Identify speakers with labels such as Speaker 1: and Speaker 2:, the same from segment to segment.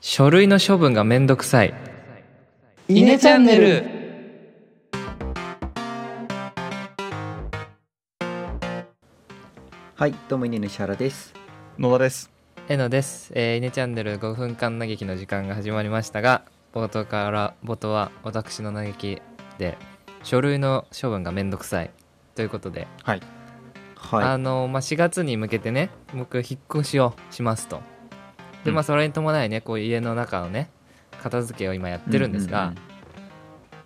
Speaker 1: 書類の処分がめんどくさい
Speaker 2: イネチャンネル
Speaker 3: はい、どうも、稲の石原です。
Speaker 2: 野田です
Speaker 1: えのです、えー、イネチャンネル5分間嘆きの時間が始まりましたが冒頭から冒頭は私の嘆きで書類の処分がめんどくさいということで、
Speaker 2: はい
Speaker 3: は
Speaker 1: あのまあ、4月に向けてね僕引っ越しをしますとでま
Speaker 2: う
Speaker 1: あそれに伴いねこう家の中のね片付けを今やっ
Speaker 3: い。
Speaker 1: てるんですが、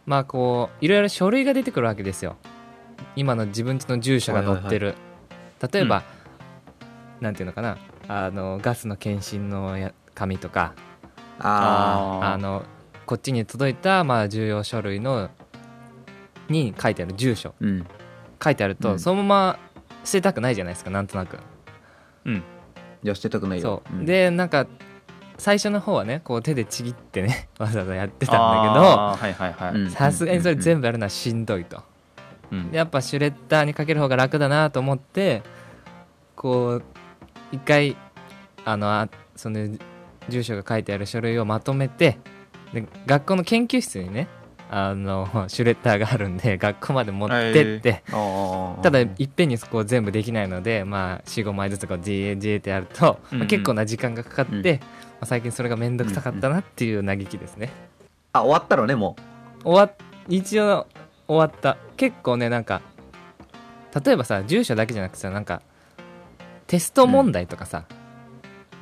Speaker 1: まあこういろいろ書類が出てくるわけですよ今の自分家の住所が載ってる、例えば、なんていうのかなあのガスの検診のや紙とか
Speaker 3: あ
Speaker 1: あのこっちに届いた、まあ、重要書類のに書いてある住所
Speaker 3: ーうん。
Speaker 1: 書いてあると、
Speaker 3: うん
Speaker 1: そのまま捨てたくないじゃないですかなんとなく。
Speaker 3: いや、捨てたくないよ
Speaker 1: そ。
Speaker 3: ん
Speaker 1: う、でなんか最初の方はねこう手でちぎってね わざわざやって
Speaker 2: 出
Speaker 1: たんだ
Speaker 2: はいはいはい、
Speaker 3: うん
Speaker 1: けどさすがにそれ全部やるのはしんどいと。
Speaker 2: うん
Speaker 1: やっぱシュレッダーにかける方が楽だなと思ってこう一回あのあその住所が書いてある書類をまとめてで学校の研究室にねあのシュレッダーがあるんで 学校まで持ってって、
Speaker 2: あー
Speaker 1: ただいっぺんにこう全部できないので、まあ、45枚ずつこう GAG ってやると、
Speaker 2: うんうん
Speaker 1: まあ結構な時間がかかって、
Speaker 3: うん
Speaker 1: まあ最近それが面倒くさかったなっていう嘆きですね。
Speaker 3: あ、終わったのね、も
Speaker 1: 終わ一応終わった結構ねなんか例えばさ住所だけじゃなくてさなんかテスト問題とかさ、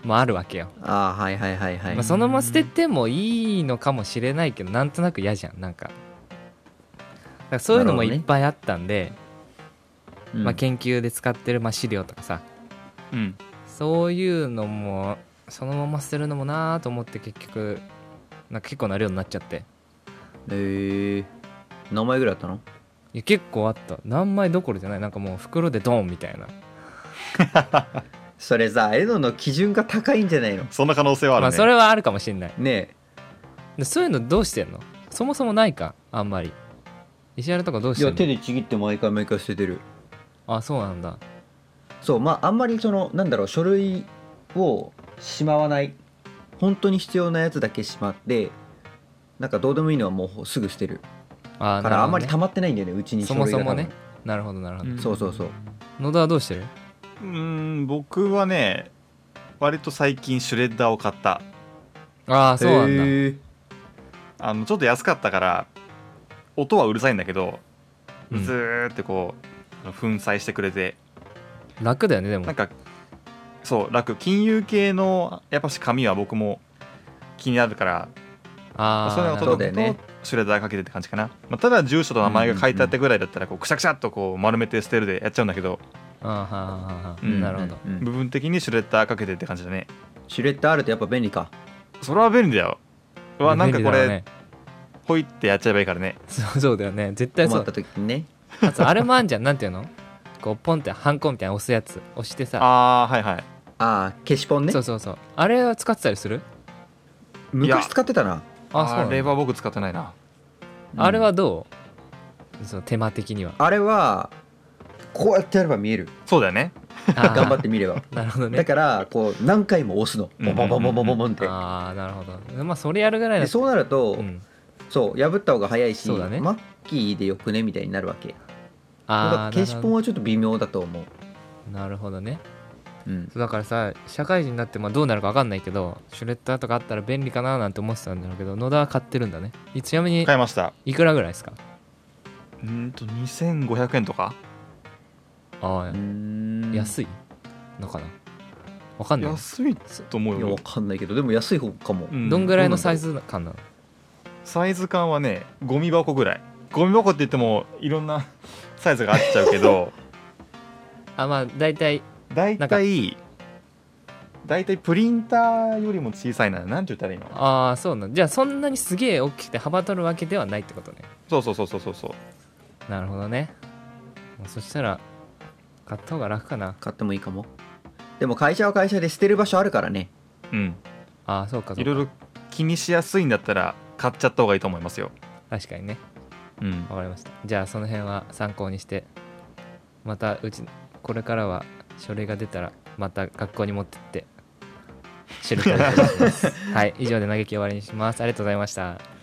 Speaker 1: もあるわけよ、
Speaker 3: う。あーはいはいはいは
Speaker 1: まあ、
Speaker 3: い。
Speaker 1: そのまま捨ててもいいのかもしれないけどなんとなく嫌じゃんなんかだからそういうのも
Speaker 3: なるほど
Speaker 1: い
Speaker 3: ね
Speaker 1: っぱいあったんで、
Speaker 3: うん
Speaker 1: まあ、研究で使ってるまあ資料とかさ
Speaker 2: うん
Speaker 1: そういうのもそのまま捨てるのもなーと思って結局なんか結構な量になっちゃって
Speaker 3: えー、何枚ぐらいあったの
Speaker 1: いや結構あった何枚どころじゃないなんかもう袋でドンみたいな
Speaker 3: それさ、エノの基準が高いんじゃないの
Speaker 2: そんな可能性はある
Speaker 1: ま
Speaker 2: ね、
Speaker 1: あそれはあるかもしれない
Speaker 3: ね
Speaker 1: でそういうのどうしてんのそもそもないかあんまり石原とかどう
Speaker 3: え。い
Speaker 1: して
Speaker 3: や、
Speaker 1: ん
Speaker 3: 手
Speaker 1: の
Speaker 3: でちぎって毎回毎回捨ててる。
Speaker 1: あそうなんだ
Speaker 3: そう、まあ、あんまりその、なんだろう、書類をしまわない。本当に必要なやつだけしまって、なんかどうでもいいのはもうすぐ捨てる。
Speaker 1: あ
Speaker 3: だ
Speaker 1: ー
Speaker 3: か
Speaker 1: なる
Speaker 3: らあ
Speaker 1: ほ
Speaker 3: ん
Speaker 1: ど
Speaker 3: ま
Speaker 1: ね
Speaker 3: り溜まってないんだよね、うちに
Speaker 1: そ
Speaker 3: 書類
Speaker 1: も
Speaker 3: が。
Speaker 1: そもね。なるほどなるほど、
Speaker 2: うん
Speaker 3: そうそうそう
Speaker 1: 野田はどうしてる
Speaker 2: うん僕はね割と最近シュレッダーを買った
Speaker 1: ああ
Speaker 3: 多
Speaker 1: そう
Speaker 3: 分。
Speaker 1: なんだ、
Speaker 3: へー
Speaker 2: あのちょっと安かったから音はうるさいんだけど、
Speaker 1: うん
Speaker 2: ずーってこうあの粉砕してくれて
Speaker 1: 楽だよねでも
Speaker 2: なんかそう楽金融系のやっぱし紙は僕も気になるからま
Speaker 1: あ
Speaker 2: あ
Speaker 1: あ
Speaker 2: そういうの
Speaker 1: な
Speaker 2: を
Speaker 1: るほ
Speaker 3: そうだ
Speaker 2: 届
Speaker 1: ど
Speaker 3: よ
Speaker 2: く
Speaker 3: ね
Speaker 2: とシュレッダーかけてって感じかな、まあ、ただ住所と名前が書いてあったぐらいだったらこうくしゃくしゃっとこう丸めて捨てるでやっちゃうんだけど
Speaker 1: あーはーはーはー
Speaker 2: うん
Speaker 1: なるほど、
Speaker 3: うん
Speaker 2: 部分的にシュレッダーかけてって感じだね
Speaker 3: シュレッダーあるとやっぱ便利か。
Speaker 2: それは便利だようわなんかこ
Speaker 1: 便利だよ
Speaker 2: れ
Speaker 1: ね、
Speaker 2: ほいってやっちゃえばいいからね
Speaker 1: そうそうだよね絶対そ
Speaker 3: 困っ
Speaker 1: う
Speaker 3: た時にね。
Speaker 1: あとあれもあんじゃんなんていうのこうポンってハンコみたいなの押すやつ押してさ、
Speaker 2: ああはいはい
Speaker 3: ああ、消しポンね
Speaker 1: そう。そうそうあれは使ってたりする
Speaker 3: 昔使ってたな。
Speaker 1: あそうな
Speaker 2: あ
Speaker 1: んだ
Speaker 2: れは僕使ってないな
Speaker 3: うん
Speaker 1: あれはどう、その手間的に は
Speaker 3: あれはこうやってやれば見える。
Speaker 2: そうだよね
Speaker 3: 頑
Speaker 1: 頑
Speaker 3: 張って見れば。
Speaker 1: なるほど ね
Speaker 3: だからこう何回も押すの。ボンボンボンボンボンボンボンって。
Speaker 1: ああなるほどまあそれやるぐらい
Speaker 3: で
Speaker 1: だ
Speaker 3: そうなると、
Speaker 1: うん、
Speaker 3: そう破った方が早いし、
Speaker 1: そうだね
Speaker 3: マッキーでよくねみたいになるわけ。だから
Speaker 1: ああ
Speaker 3: 消しポンはちょっと微妙だと思う。
Speaker 1: なるほどね
Speaker 3: うん、
Speaker 1: そうだからさ社会人になってまあどうなるか分かんないけどシュレッダーとかあったら便利かななんて思ってたんだろうけど野田は買ってるんだねいちなみに
Speaker 2: 買いました
Speaker 1: いくらぐらいですか
Speaker 2: うんと2500円とか
Speaker 1: ああ
Speaker 3: い
Speaker 1: 安いのかな分かんない
Speaker 2: 安いと思
Speaker 3: いうやわ
Speaker 2: よ、
Speaker 3: かんないけどでも安い方かも。
Speaker 2: うん
Speaker 1: どんぐらいのサイズ感なの
Speaker 2: サイズ感はねゴミ箱ぐらいゴミ箱って言ってもいろんな サイズがあっちゃうけ ど
Speaker 1: あまあ大体
Speaker 2: 大
Speaker 1: なんか
Speaker 2: 体大体プリンターよりも小さいななんて言ったらいいの
Speaker 1: ああそうなんじゃあそんなにすげえ大きくて幅取るわけではないってことね
Speaker 2: そうそうそうそうそうそう
Speaker 1: なるほどねもうそしたら買った方が楽かな
Speaker 3: 買ってもいいかも。でも会社は会社で捨てる場所あるからね。
Speaker 2: うん
Speaker 1: ああそうかそうか
Speaker 2: いろいろ気にしやすいんだったら買っちゃった方がいいと思いますよ
Speaker 1: 確かにね
Speaker 2: うん
Speaker 1: わかりましたじゃあその辺は参考にしてまたうちこれからは書類が出たらまた学校に持ってって シェルターでお願いしますはい以上で嘆き終わりにしますありがとうございました